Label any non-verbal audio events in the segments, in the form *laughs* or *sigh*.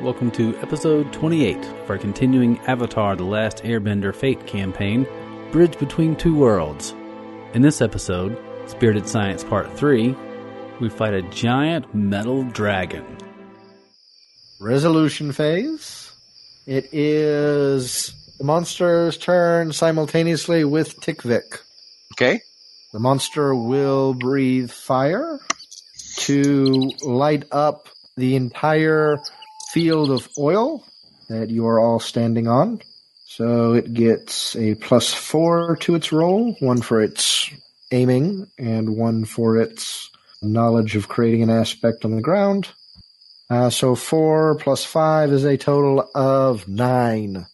Welcome to episode 28 of our continuing Avatar The Last Airbender Fate campaign, Bridge Between Two Worlds. In this episode, Spirited Science Part 3, we fight a giant metal dragon. resolution phase. It is the monster's turn simultaneously with Tikvik. Okay. The monster will breathe fire to light up the entire field of oil that you are all standing on. So it gets a plus four to its roll, one for its aiming and one for its knowledge of creating an aspect on the ground. Uh, so four plus five is a total of nine.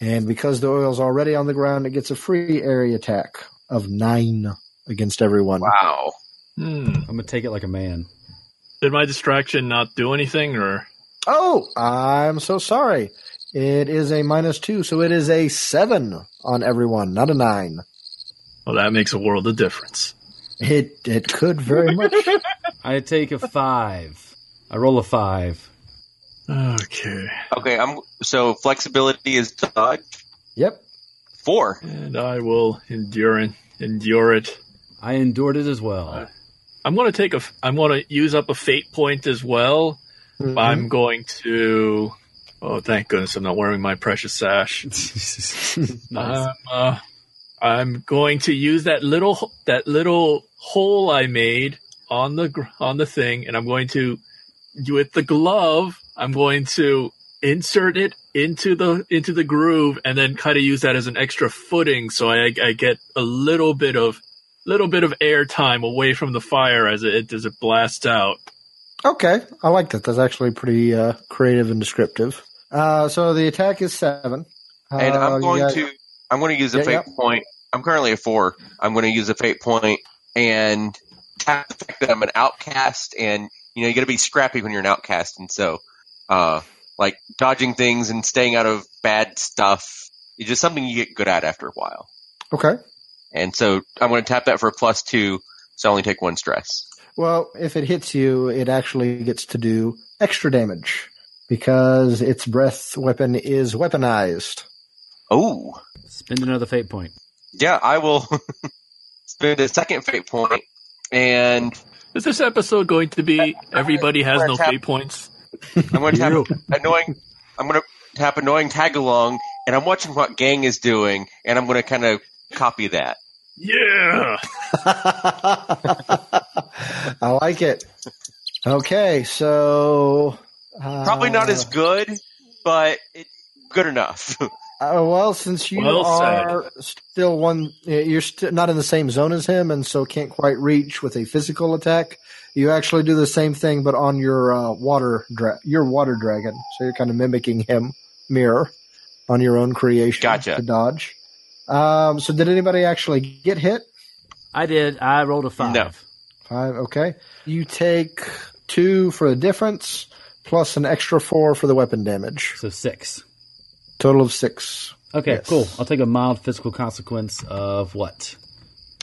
And because the oil's already on the ground, it gets a free area attack of nine against everyone. Wow. Hmm. I'm going to take it like a man. Did my distraction not do anything, or Oh, I'm so sorry. It is a minus two, so it is a seven on everyone, not a nine. well, that makes a world of difference. It it could very *laughs* much. I take a 5. I roll a 5. Okay, Okay. I'm so flexibility is dodge yep. four. and I will endure it. Endure it. I endured it as well. I'm going to take a. I'm going to use up a fate point as well. Mm-hmm. I'm going to. Oh, thank goodness I'm not wearing my precious sash. nice. I'm, uh, I'm going to use that little that little hole I made on the gr- on the thing, and I'm going to with the glove. I'm going to insert it into the into the groove, and then kind of use that as an extra footing, so I, I get a little bit of little bit of air time away from the fire as it as it blasts out. Mm-hmm. Okay, I like that. That's actually pretty uh, creative and descriptive. Uh, so the attack is seven, And Uh, I'm you going got- to I'm going to use a Yeah, fate point. I'm currently a four. I'm going to use a fate point and tap the fact that I'm an outcast, and you know you got to be scrappy when you're an outcast, and so uh, like dodging things and staying out of bad stuff is just something you get good at after a while. Okay. And so I'm going to tap that for a plus two, so I only take one stress. Well, if it hits you, it actually gets to do extra damage because its breath weapon is weaponized. Oh. Spend another fate point. yeah, I will *laughs* spend a second fate point, and Is this episode going to be everybody has no fate points? I'm going to tap annoying. I'm going to tap annoying tag along, and I'm watching what gang is doing, and I'm going to kind of copy that. Yeah. *laughs* I like it. Okay, so uh, Probably not as good, but it, good enough. *laughs* uh, well since you Well said. are still one. You're st- not in the same zone as him, and so can't quite reach with a physical attack. You actually do the same thing, but on your uh, water dra- your water dragon. So you're kind of mimicking him, mirror, on your own creation Gotcha. to dodge. Um, so did anybody actually get hit? I did. I rolled a 5. No. Five. Okay. You take two for the difference, plus an extra four for the weapon damage. So 6. Total of six. Okay, Yes. cool. I'll take a mild physical consequence of what?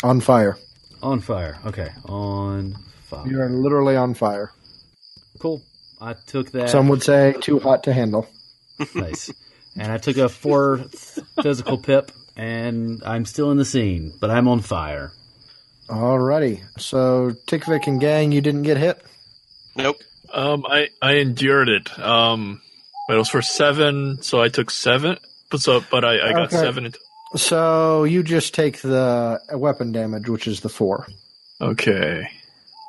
On fire. On fire. Okay, on fire. You are literally on fire. Cool. I took that. Some would say too hot to handle. nice. And I took a fourth physical pip, and I'm still in the scene, but I'm on fire. Alrighty. So Tikvik and gang, you didn't get hit. nope. Um, I I endured it. Um, but it was for seven, so I took seven. But so, but I, I got Okay. seven. in- So you just take the weapon damage, which is the four. Okay.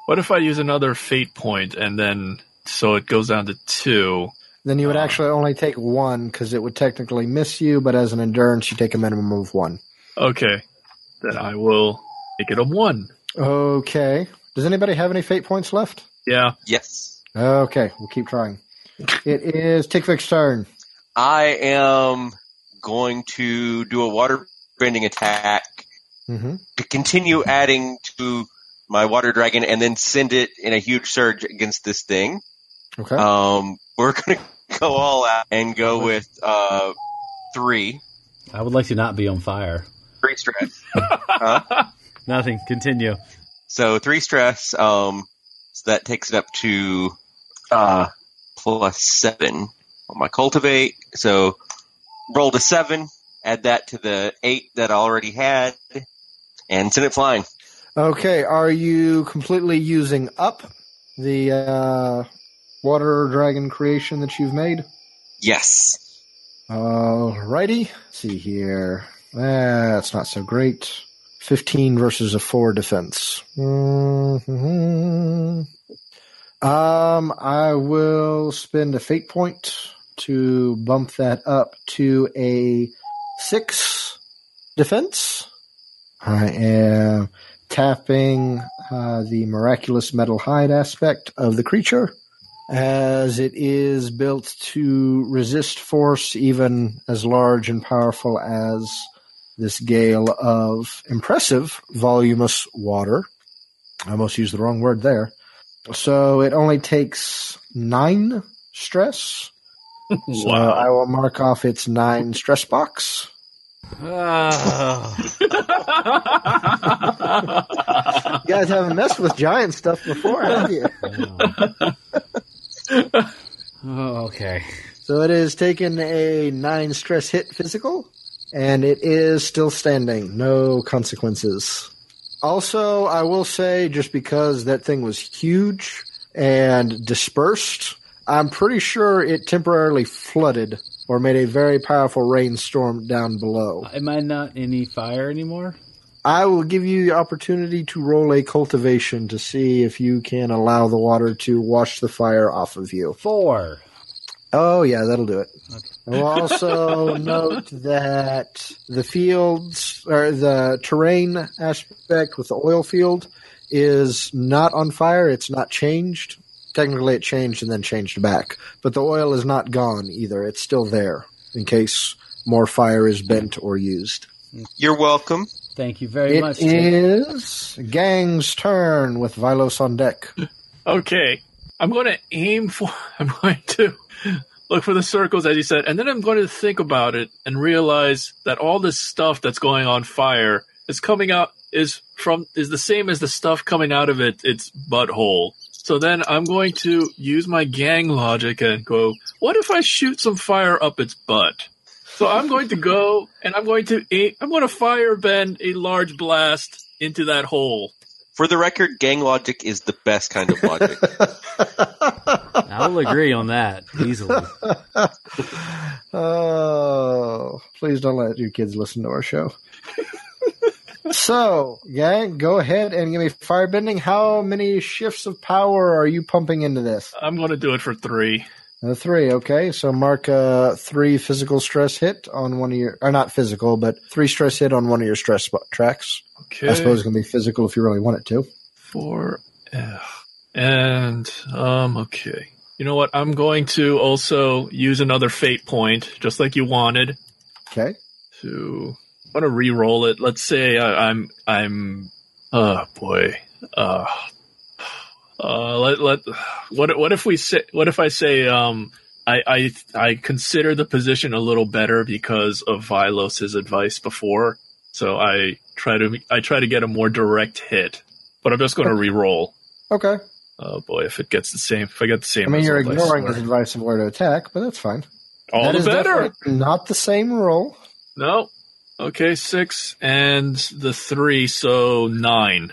What if I use another fate point and then so it goes down to two? Then you would actually only take one because it would technically miss you, but as an endurance, you take a minimum of one. Okay, then I will make it a one. Okay. Does anybody have any fate points left? Yeah. Yes, Okay, we'll keep trying. It is Tikvik's turn. I am going to do a water bending attack Mm-hmm. to continue adding to my water dragon, and then send it in a huge surge against this thing. Okay. Um, we're *laughs* gonna go all out and go with uh three, I would like to not be on fire. three stress. Nothing. Continue. So three stress. Um, so that takes it up to uh plus seven. on my cultivate. So rolled a seven, add that to the eight that I already had, and send it flying. Okay, are you completely using up the uh, water dragon creation that you've made? Yes. Alrighty. Let's see here. That's not so great. 15 versus a 4 defense. hmm Um, I will spend a fate point to bump that up to a 6 defense. I am tapping uh, the miraculous metal hide aspect of the creature as it is built to resist force even as large and powerful as this gale of impressive voluminous water. I almost used the wrong word there. So it only takes nine stress. So I will mark off its nine stress box. *laughs* *laughs* You guys haven't messed with giant stuff before, have you? oh, okay. So it is taken a nine stress hit physical, and it is still standing. No consequences. Also, I will say, just because that thing was huge and dispersed, I'm pretty sure it temporarily flooded or made a very powerful rainstorm down below. Am I not any fire anymore? I will give you the opportunity to roll a cultivation to see if you can allow the water to wash the fire off of you. Four. Oh yeah, that'll do it. And We'll also note that the fields or the terrain aspect with the oil field is not on fire. It's not changed. Technically, it changed and then changed back, but the oil is not gone either. It's still there in case more fire is bent or used. You're welcome. Thank you very It much. is Gang's turn with Vilos on deck. Okay. I'm going to aim for, *laughs* I'm going to look for the circles, as you said, and then I'm going to think about it and realize that all this stuff that's going on fire is coming out, is from, is the same as the stuff coming out of it, its butthole. So then I'm going to use my gang logic and go, what if I shoot some fire up its butt? So I'm going to go and I'm going to, aim, I'm going to fire bend a large blast into that hole. For the record, gang logic is the best kind of logic. I'll agree on that easily. *laughs* Oh, please don't let your kids listen to our *laughs* show. so, gang, go ahead and give me firebending. How many shifts of power are you pumping into this? I'm going to do it for three. Uh, three, okay. So mark uh, three physical stress hit on one of your, or not physical, but three stress hit on one of your stress spot tracks. Okay. I suppose it can be physical if you really want it to. four F. And um okay. You know what? I'm going to also use another fate point, just like you wanted, Okay. to I'm gonna re-roll it. Let's say I, I'm I'm oh boy. Uh uh let let what what if we say what if I say um I, I I consider the position a little better because of Vilos's advice before. So I try to I try to get a more direct hit. But I'm just gonna re-roll. Okay. Oh boy, if it gets the same, if I get the same, I mean, you're result, I ignoring his swear. advice of where to attack, but that's fine. all That the is better. definitely Not the same roll. No, okay, six and the three, so nine.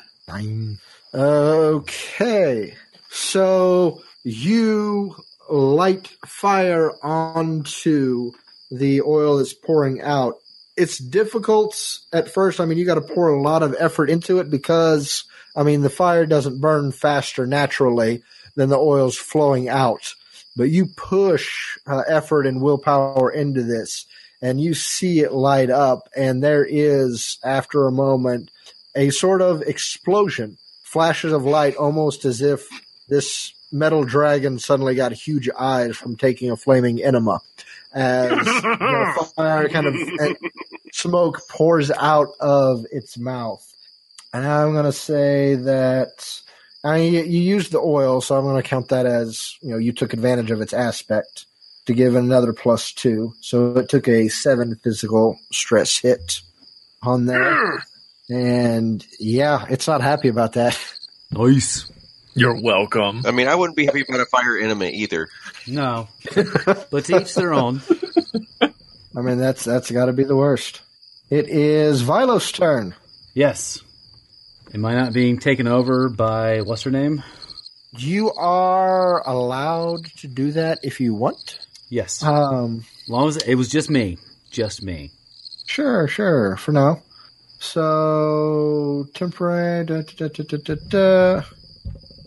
Okay. So you light fire onto the oil that's pouring out. It's difficult at first. I mean, you got to pour a lot of effort into it because, I mean, the fire doesn't burn faster naturally than the oil's flowing out. But you push uh, effort and willpower into this, and you see it light up. And there is, after a moment, a sort of explosion, flashes of light, almost as if this metal dragon suddenly got huge eyes from taking a flaming enema. As the fire kind of and smoke pours out of its mouth. And I'm going to say that I mean, you, you used the oil, so I'm going to count that as you know you took advantage of its aspect to give it another plus two. So it took a seven physical stress hit on there. And yeah, it's not happy about that. *laughs* nice. You're welcome. *laughs* I mean, I wouldn't be happy about a fire enema either. No, *laughs* but to each their own. I mean, that's that's got to be the worst. It is Vilo's turn. Yes. Am I not being taken over by what's her name? You are allowed to do that if you want. Yes. Um, long as it was just me, just me. sure, sure, for now. So temporary. Da, da, da, da, da, da.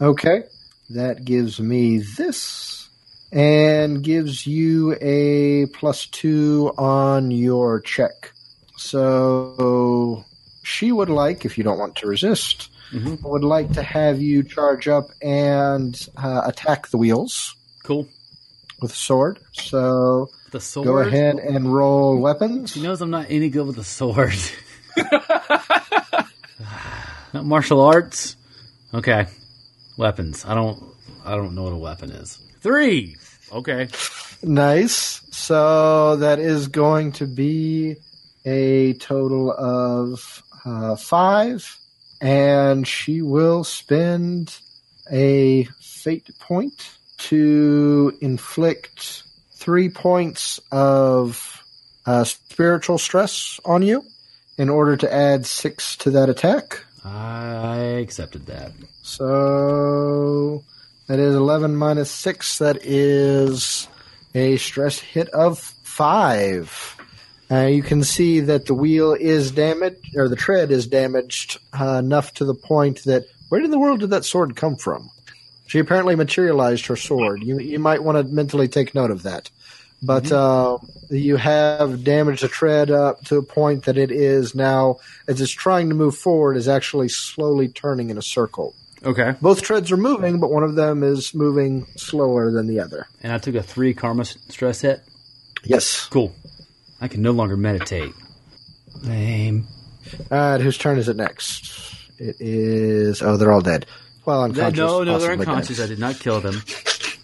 Okay, that gives me this, and gives you a plus two on your check. So she would like, if you don't want to resist, Mhm. would like to have you charge up and uh, attack the wheels Cool. with a sword. So The sword. Go ahead and roll weapons. She knows I'm not any good with the sword. *laughs* not martial arts. Okay. Weapons. I don't. I don't know what a weapon is. Three. Okay. Nice. So that is going to be a total of uh, five, and she will spend a fate point to inflict three points of uh, spiritual stress on you in order to add six to that attack. I accepted that. So that is 11 minus 6. That is a stress hit of 5. Uh, you can see that the wheel is damaged, or the tread is damaged uh, enough to the point that where in the world did that sword come from? She apparently materialized her sword. You, you might want to mentally take note of that. But uh, you have damaged the tread up to a point that it is now, as it's trying to move forward, is actually slowly turning in a circle Okay. both treads are moving, but one of them is moving slower than the other. And I took a three karma s- stress hit. Yes. Cool. I can no longer meditate. Lame. Uh, whose turn is it next? It is. Oh, they're all dead. Well, No, unconscious. no, they're possibly unconscious. I dead. did not kill them.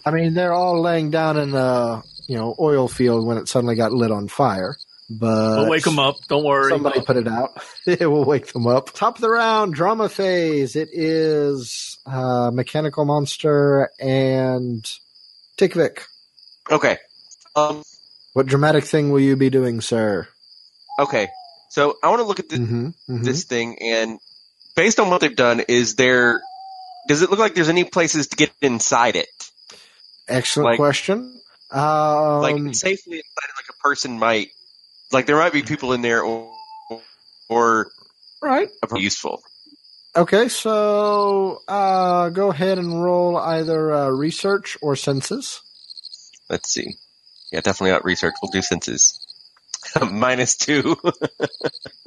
I mean, they're all laying down in a you know oil field when it suddenly got lit on fire. But We'll wake them up. Don't worry. Somebody put it out. *laughs* it will wake them up. Top of the round, drama phase. It is uh, mechanical monster and Tikvik. Okay. Um. What dramatic thing will you be doing, sir? Okay. So I want to look at the, mm-hmm, this thing, and based on what they've done, is there? Does it look like there's any places to get inside it, Excellent Like- question. Um, like safely inside it, like a person might? Like there might be people in there, or or right. useful. Okay, so uh, go ahead and roll either uh, research or census. Let's see. Yeah, definitely not research. We'll do senses. *laughs* Minus two. *laughs*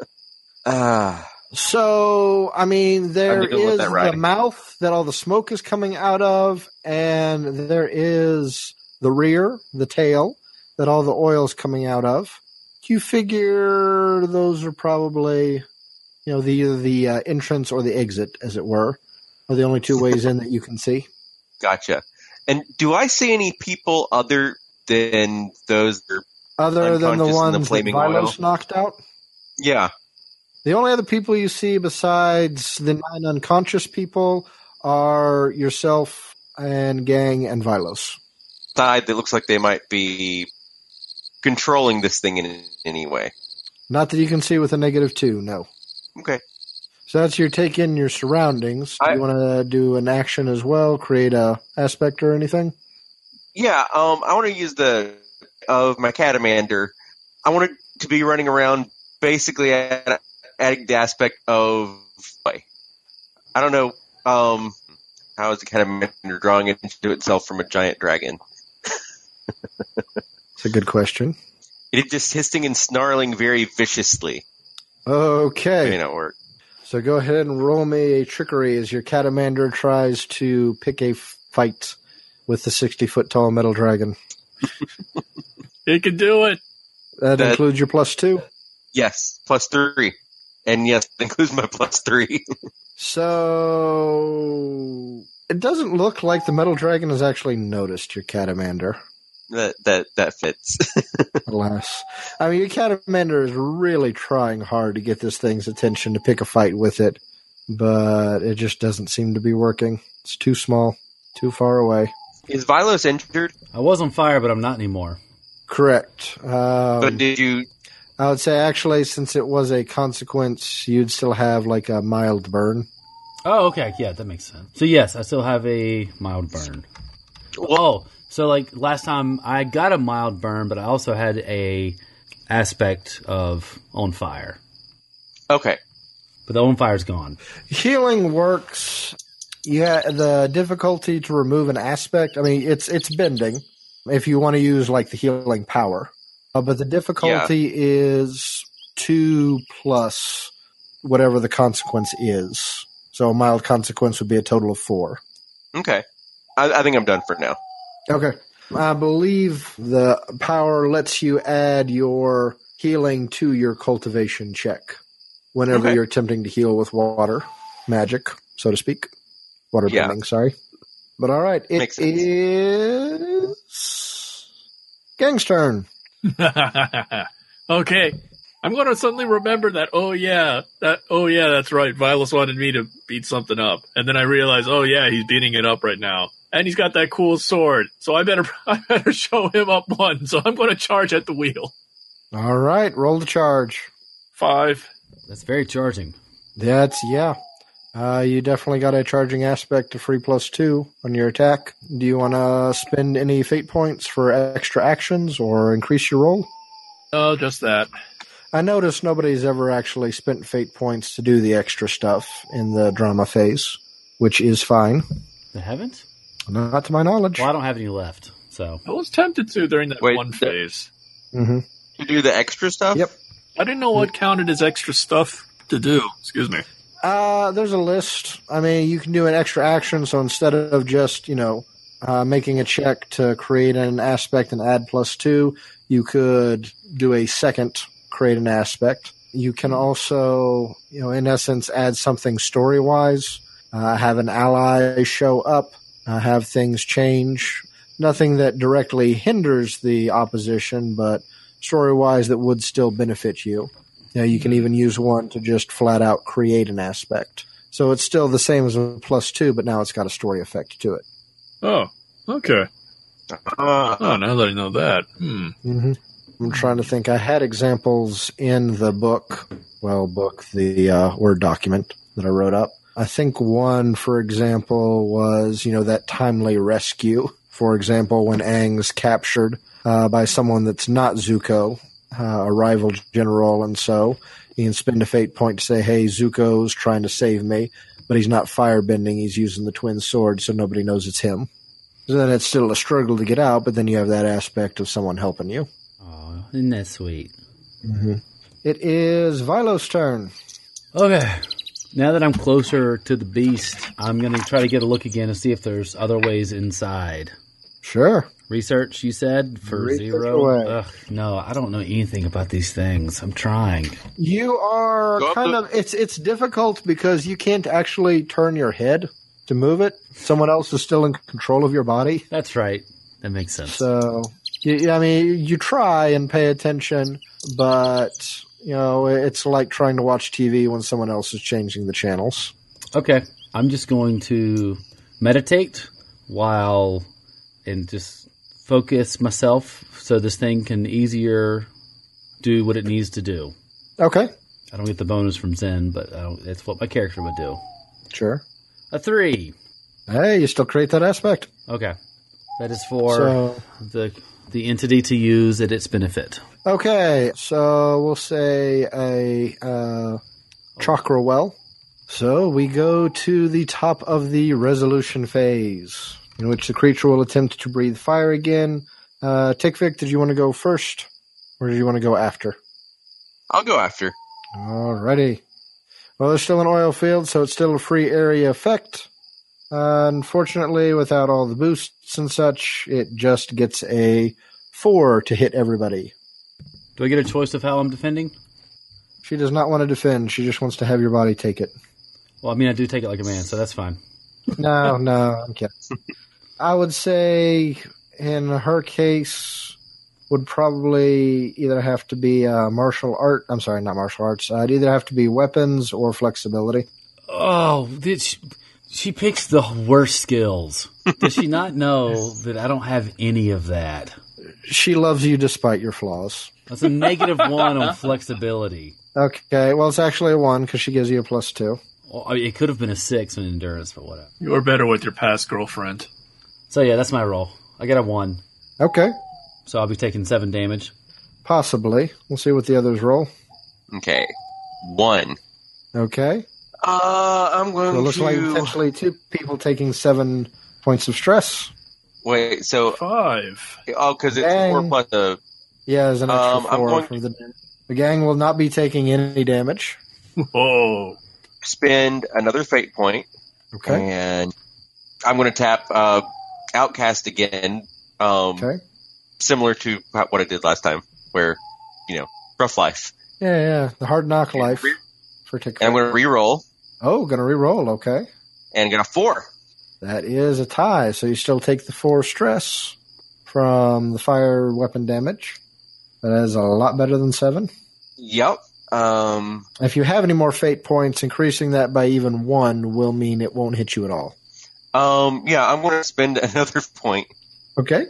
Ah, So, I mean, there I'm dealing with is that the writing. mouth that all the smoke is coming out of, and there is the rear, the tail, that all the oil is coming out of. You figure those are probably, you know, the either the uh, entrance or the exit, as it were, are the only two ways in that you can see. gotcha. And do I see any people other than those? That are, other than the Unconscious and the ones that flaming oil. Vilos knocked out. yeah. The only other people you see besides the nine unconscious people are yourself and Gang and Vilos. side that looks like they might be controlling this thing in any way. Not that you can see with a negative two, no. Okay. So that's your take in your surroundings. Do I- you want to do an action as well? Create a aspect or anything? Yeah, um, I want to use the of my catamander. I want it to be running around basically at, at the aspect of play. I don't know um, how is the catamander drawing into itself from a giant dragon. It's a good question. It is just hissing and snarling very viciously. Okay. May not work. So go ahead and roll me a trickery as your catamander tries to pick a fight with the 60 foot tall metal dragon. It can do it. *laughs* That, That- includes your plus two. Yes, plus three, and yes, *laughs* that includes my plus three. *laughs* So it doesn't look like the metal dragon has actually noticed your catamander. *laughs* that that that fits. Alas, I mean your catamander is really trying hard to get this thing's attention to pick a fight with it, but it just doesn't seem to be working. It's too small, too far away. Is Vilos injured? I was on fire, but I'm not anymore. Correct. but Um, did you? I would say actually, since it was a consequence, you'd still have like a mild burn. Oh, okay. Yeah, that makes sense. So, yes, I still have a mild burn. Oh, so like last time I got a mild burn, but I also had a aspect of on fire. Okay. But the on fire's gone. Healing works. Yeah, the difficulty to remove an aspect. I mean, it's it's bending. If you want to use like the healing power, uh, but the difficulty is two plus whatever the consequence is. So a mild consequence would be a total of four. Okay. I, I think I'm done for now. Okay. I believe the power lets you add your healing to your cultivation check whenever Okay. you're attempting to heal with water magic, so to speak. Water Yeah. bending, sorry. But all right, it Makes sense. is Gang's turn. okay. I'm going to suddenly remember that. Oh yeah, that. Oh yeah, that's right. Vilas wanted me to beat something up, and then I realized, oh yeah, he's beating it up right now, and he's got that cool sword. So I better, *laughs* I better show him up one. So I'm going to charge at the wheel. All right, roll the charge. Five. That's very charging. That's yeah. Uh, you definitely got a charging aspect of free plus two on your attack. Do you want to spend any fate points for extra actions or increase your roll? Oh, just that. I noticed nobody's ever actually spent fate points to do the extra stuff in the drama phase, which is fine. They haven't? Not to my knowledge. Well, I don't have any left. So, I was tempted to during that Wait, one that- phase. hmm You do the extra stuff. Yep. I didn't know what counted as extra stuff to do. Excuse me. Uh, there's a list. I mean, you can do an extra action, so instead of just, you know, uh, making a check to create an aspect and add plus two, you could do a second create an aspect. You can also, you know, in essence, add something story wise, uh, have an ally show up, uh, have things change. Nothing that directly hinders the opposition, but story wise that would still benefit you. Now you can even use one to just flat out create an aspect. So it's still the same as a plus two, but now it's got a story effect to it. Oh, okay. Uh, Oh, now that I know that. Hmm. Mm-hmm. I'm trying to think. I had examples in the book, well, book, the uh, Word document that I wrote up. I think one, for example, was, you know, that timely rescue. For example, when Aang's captured uh, by someone that's not Zuko, uh, a rival general, and so you can spend a fate point to say, hey, Zuko's trying to save me, but he's not firebending. He's using the twin sword, so nobody knows it's him. So then it's still a struggle to get out, but then you have that aspect of someone helping you. oh, isn't that sweet? It is Vilo's turn. Okay. Now that I'm closer to the beast, I'm going to try to get a look again and see if there's other ways inside. Sure. Research, you said, for Research zero? away. Ugh, no, I don't know anything about these things. I'm trying. You are Go up kind the- of it's it's difficult because you can't actually turn your head to move it. Someone else is still in control of your body. That's right. That makes sense. So you, you- I mean, you try and pay attention, but you know, it's like trying to watch TV when someone else is changing the channels. Okay. I'm just going to meditate while and just focus myself so this thing can easier do what it needs to do. Okay. I don't get the bonus from Zen, but I don't, that's what my character would do. Sure. A three. Hey, you still create that aspect. Okay. That is for So- the the entity to use at its benefit. Okay, so we'll say a uh, chakra well. So we go to the top of the resolution phase, in which the creature will attempt to breathe fire again. Uh, Tikvik, did you want to go first, or did you want to go after? I'll go after. Alrighty. Well, there's still an oil field, so it's still a free area effect. unfortunately, without all the boosts and such, it just gets a four to hit everybody. Do I get a choice of how I'm defending? She does not want to defend. She just wants to have your body take it. Well, I mean, I do take it like a man, so that's fine. No, no, I'm kidding. I would say in her case would probably either have to be uh, martial art. I'm sorry, not martial arts. Uh, it'd either have to be weapons or flexibility. Oh, did she, she picks the worst skills. Does she *laughs* not know that I don't have any of that? She loves you despite your flaws. That's a *laughs* negative one on flexibility. Okay, well, it's actually a one because she gives you a plus two. Well, I mean, it could have been a six on endurance, but whatever. You're better with your past girlfriend. So yeah, that's my roll. I got a one, Okay, so I'll be taking seven damage. possibly. We'll see what the others roll. Okay. One. Okay, Uh, I'm going so it looks to like potentially two people taking seven points of stress. wait. So, Five. *laughs* oh, because it's Dang. four plus the Yeah, there's an extra Um, I'm four going- for the. The gang will not be taking any damage. Whoa. spend another fate point, Um, Okay. and I'm going to tap uh, Outcast again. Um, Okay. Similar to how- what I did last time, where you know rough life. Yeah, yeah. The hard knock life. And I'm Particularly. going to re-roll Oh, gonna re-roll. Okay. and get a four. That is a tie, so you still take the four stress from the fire weapon damage. That is a lot better than seven. Yep. Um, If you have any more fate points, increasing that by even one will mean it won't hit you at all. um, yeah, I'm going to spend *laughs* another point. Okay.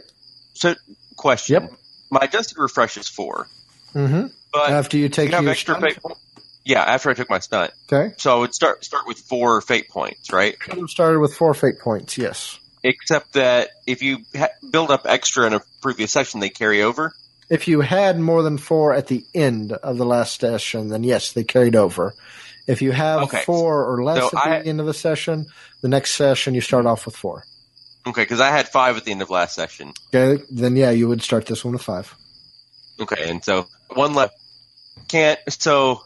So, question. Yep. My adjusted refresh is four, Mm-hmm. but After you take you have your extra stun- fate. point- Yeah, after I took my stunt, Okay. so I would start start with four fate points, right? Could have started with four fate points. Yes. Except that if you ha- build up extra in a previous session, they carry over. If you had more than four at the end of the last session, then yes, they carried over. If you have Okay. four or less So at I- the end of a session, the next session you start off with four. Okay, because I had five at the end of last session. Okay, then yeah, you would start this one with five. Okay, and so one left. Can't so?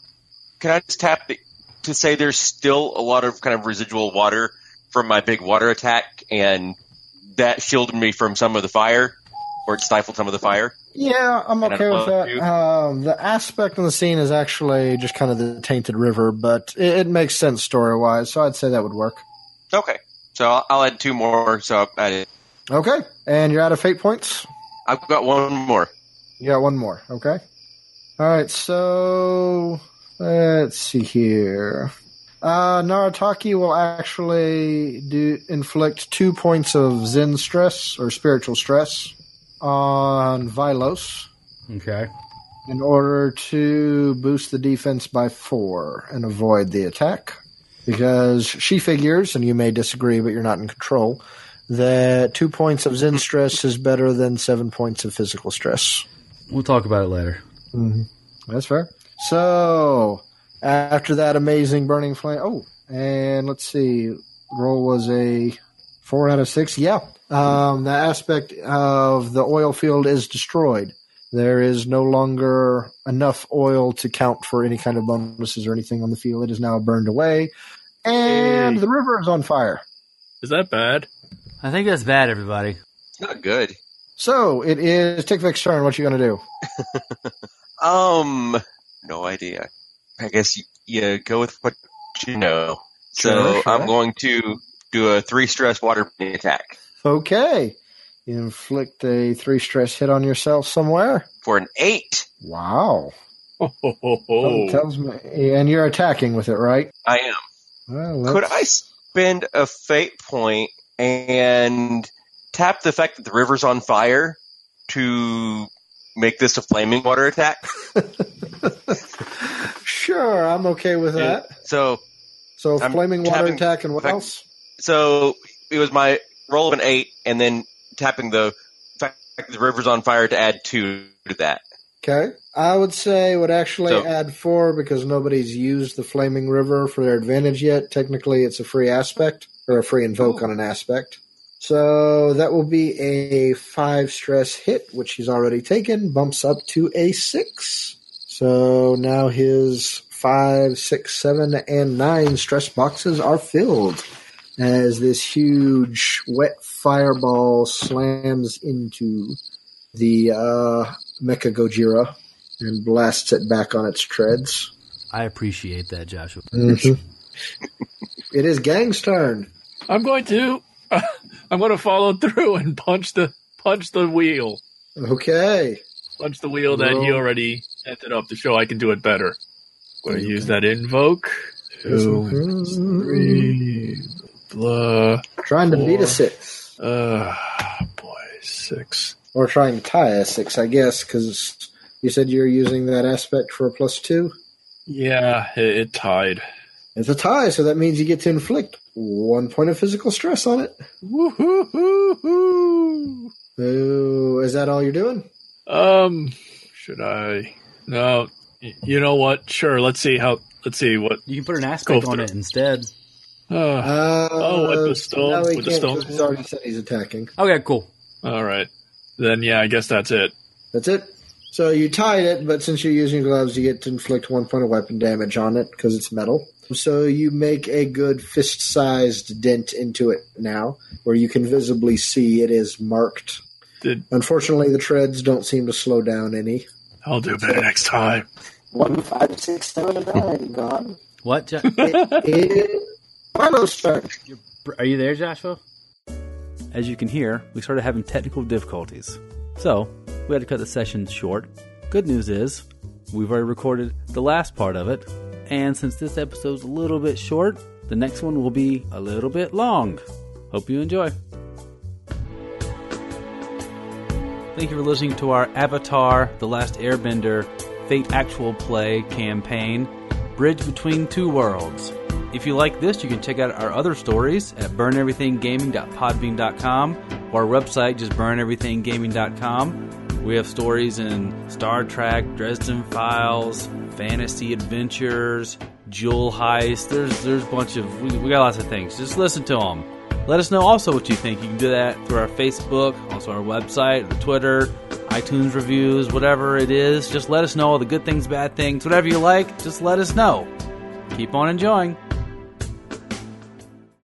Can I just tap the, to say there's still a lot of kind of residual water from my big water attack, and that shielded me from some of the fire, or it stifled some of the fire. Yeah, I'm And okay I with love that. you. Um, the aspect on the scene is actually just kind of the tainted river, but it, it makes sense story wise, so I'd say that would work. Okay, so I'll, I'll add two more. So I've added. Okay, and you're out of fate points. I've got one more. You got one more. Okay. All right, so let's see here. Uh, Narataki will actually do inflict two points of Zen stress or spiritual stress on Vilos. Okay. in order to boost the defense by four and avoid the attack. Because she figures, and you may disagree, but you're not in control, that two points of Zen stress is better than seven points of physical stress. We'll talk about it later. That's fair. Mm-hmm. So, after that amazing burning flame. Oh, and let's see. Roll was a four out of six. Yeah. Um, the aspect of the oil field is destroyed. There is no longer enough oil to count for any kind of bonuses or anything on the field. It is now burned away. And Yay. the river is on fire. Is that bad? *laughs* I think that's bad, everybody. It's not good. So, it is Tikvik's turn. What you going to do? Um, no idea. I guess you, you go with what you know. so Sure, sure. I'm going to do a three stress water bending attack Okay. Inflict a three stress hit on yourself somewhere. for an eight. Wow. Oh, ho, ho, Oh, ho. tells me, and you're attacking with it, right? I am. Well, Could let's- I spend a fate point and tap the fact that the river's on fire to make this a flaming water attack? Sure, I'm okay with that. So, So, I'm flaming water tapping- attack and what like- else? so it was my roll of an eight, and then tapping the fact that the river's on fire to add two to that. Okay, I would say would actually So- add four because nobody's used the flaming river for their advantage yet. Technically, it's a free aspect or a free invoke Ooh. on an aspect. So that will be a five stress hit, which he's already taken, bumps up to a six. So now his five, six, seven, and nine stress boxes are filled as this huge wet fireball slams into the uh, Mecha Gojira and blasts it back on its treads. I appreciate that, Joshua. Mm-hmm. it is Gang's turn. I'm going to. *laughs* I'm going to follow through and punch the punch the wheel. Okay. Punch the wheel that he Roll. already ended up to show I can do it better. Going to use that invoke two, three, blah. Trying to beat a Four. six. Uh, boy, six. Or trying to tie a six, I guess, because you said you're using that aspect for a plus two. Yeah, it, it tied. It's a tie, so that means you get to inflict one point of physical stress on it. Woohoo! Ooh, is that all you're doing? Um, should I? No. y- You know what? Sure. Let's see how. Let's see what. You can put an aspect Go on through. it instead. Uh, Uh, Oh, with the stone- No, he with the can't, stone 'cause He's already said he's attacking. Okay, cool. all right. Then yeah, I guess that's it. That's it. So you tied it, but since you're using gloves, you get to inflict one point of weapon damage on it because it's metal. So you make a good fist-sized dent into it now, where you can visibly see it is marked. Did Unfortunately, the treads don't seem to slow down any. I'll do better next time. One, five, six, seven, and nine gone. What? Jo- *laughs* It- Marlo's turn. Are you there, Joshua? As you can hear, we started having technical difficulties. So, we had to cut the session short. Good news is, we've already recorded the last part of it, and since this episode's a little bit short, the next one will be a little bit long. Hope you enjoy. Thank you for listening to our Avatar The Last Airbender Fate Actual Play campaign, Bridge Between Two Worlds. If you like this, you can check out our other stories at burneverythinggaming.podbean.com or our website, just burneverythinggaming.com. We have stories in Star Trek, Dresden Files, Fantasy Adventures, Jewel Heist. There's there's a bunch of we, we got lots of things. Just listen to them. Let us know also what you think. You can do that through our Facebook, also our website, our Twitter, iTunes reviews, whatever it is. Just let us know all the good things, bad things, whatever you like. Just let us know. Keep on enjoying.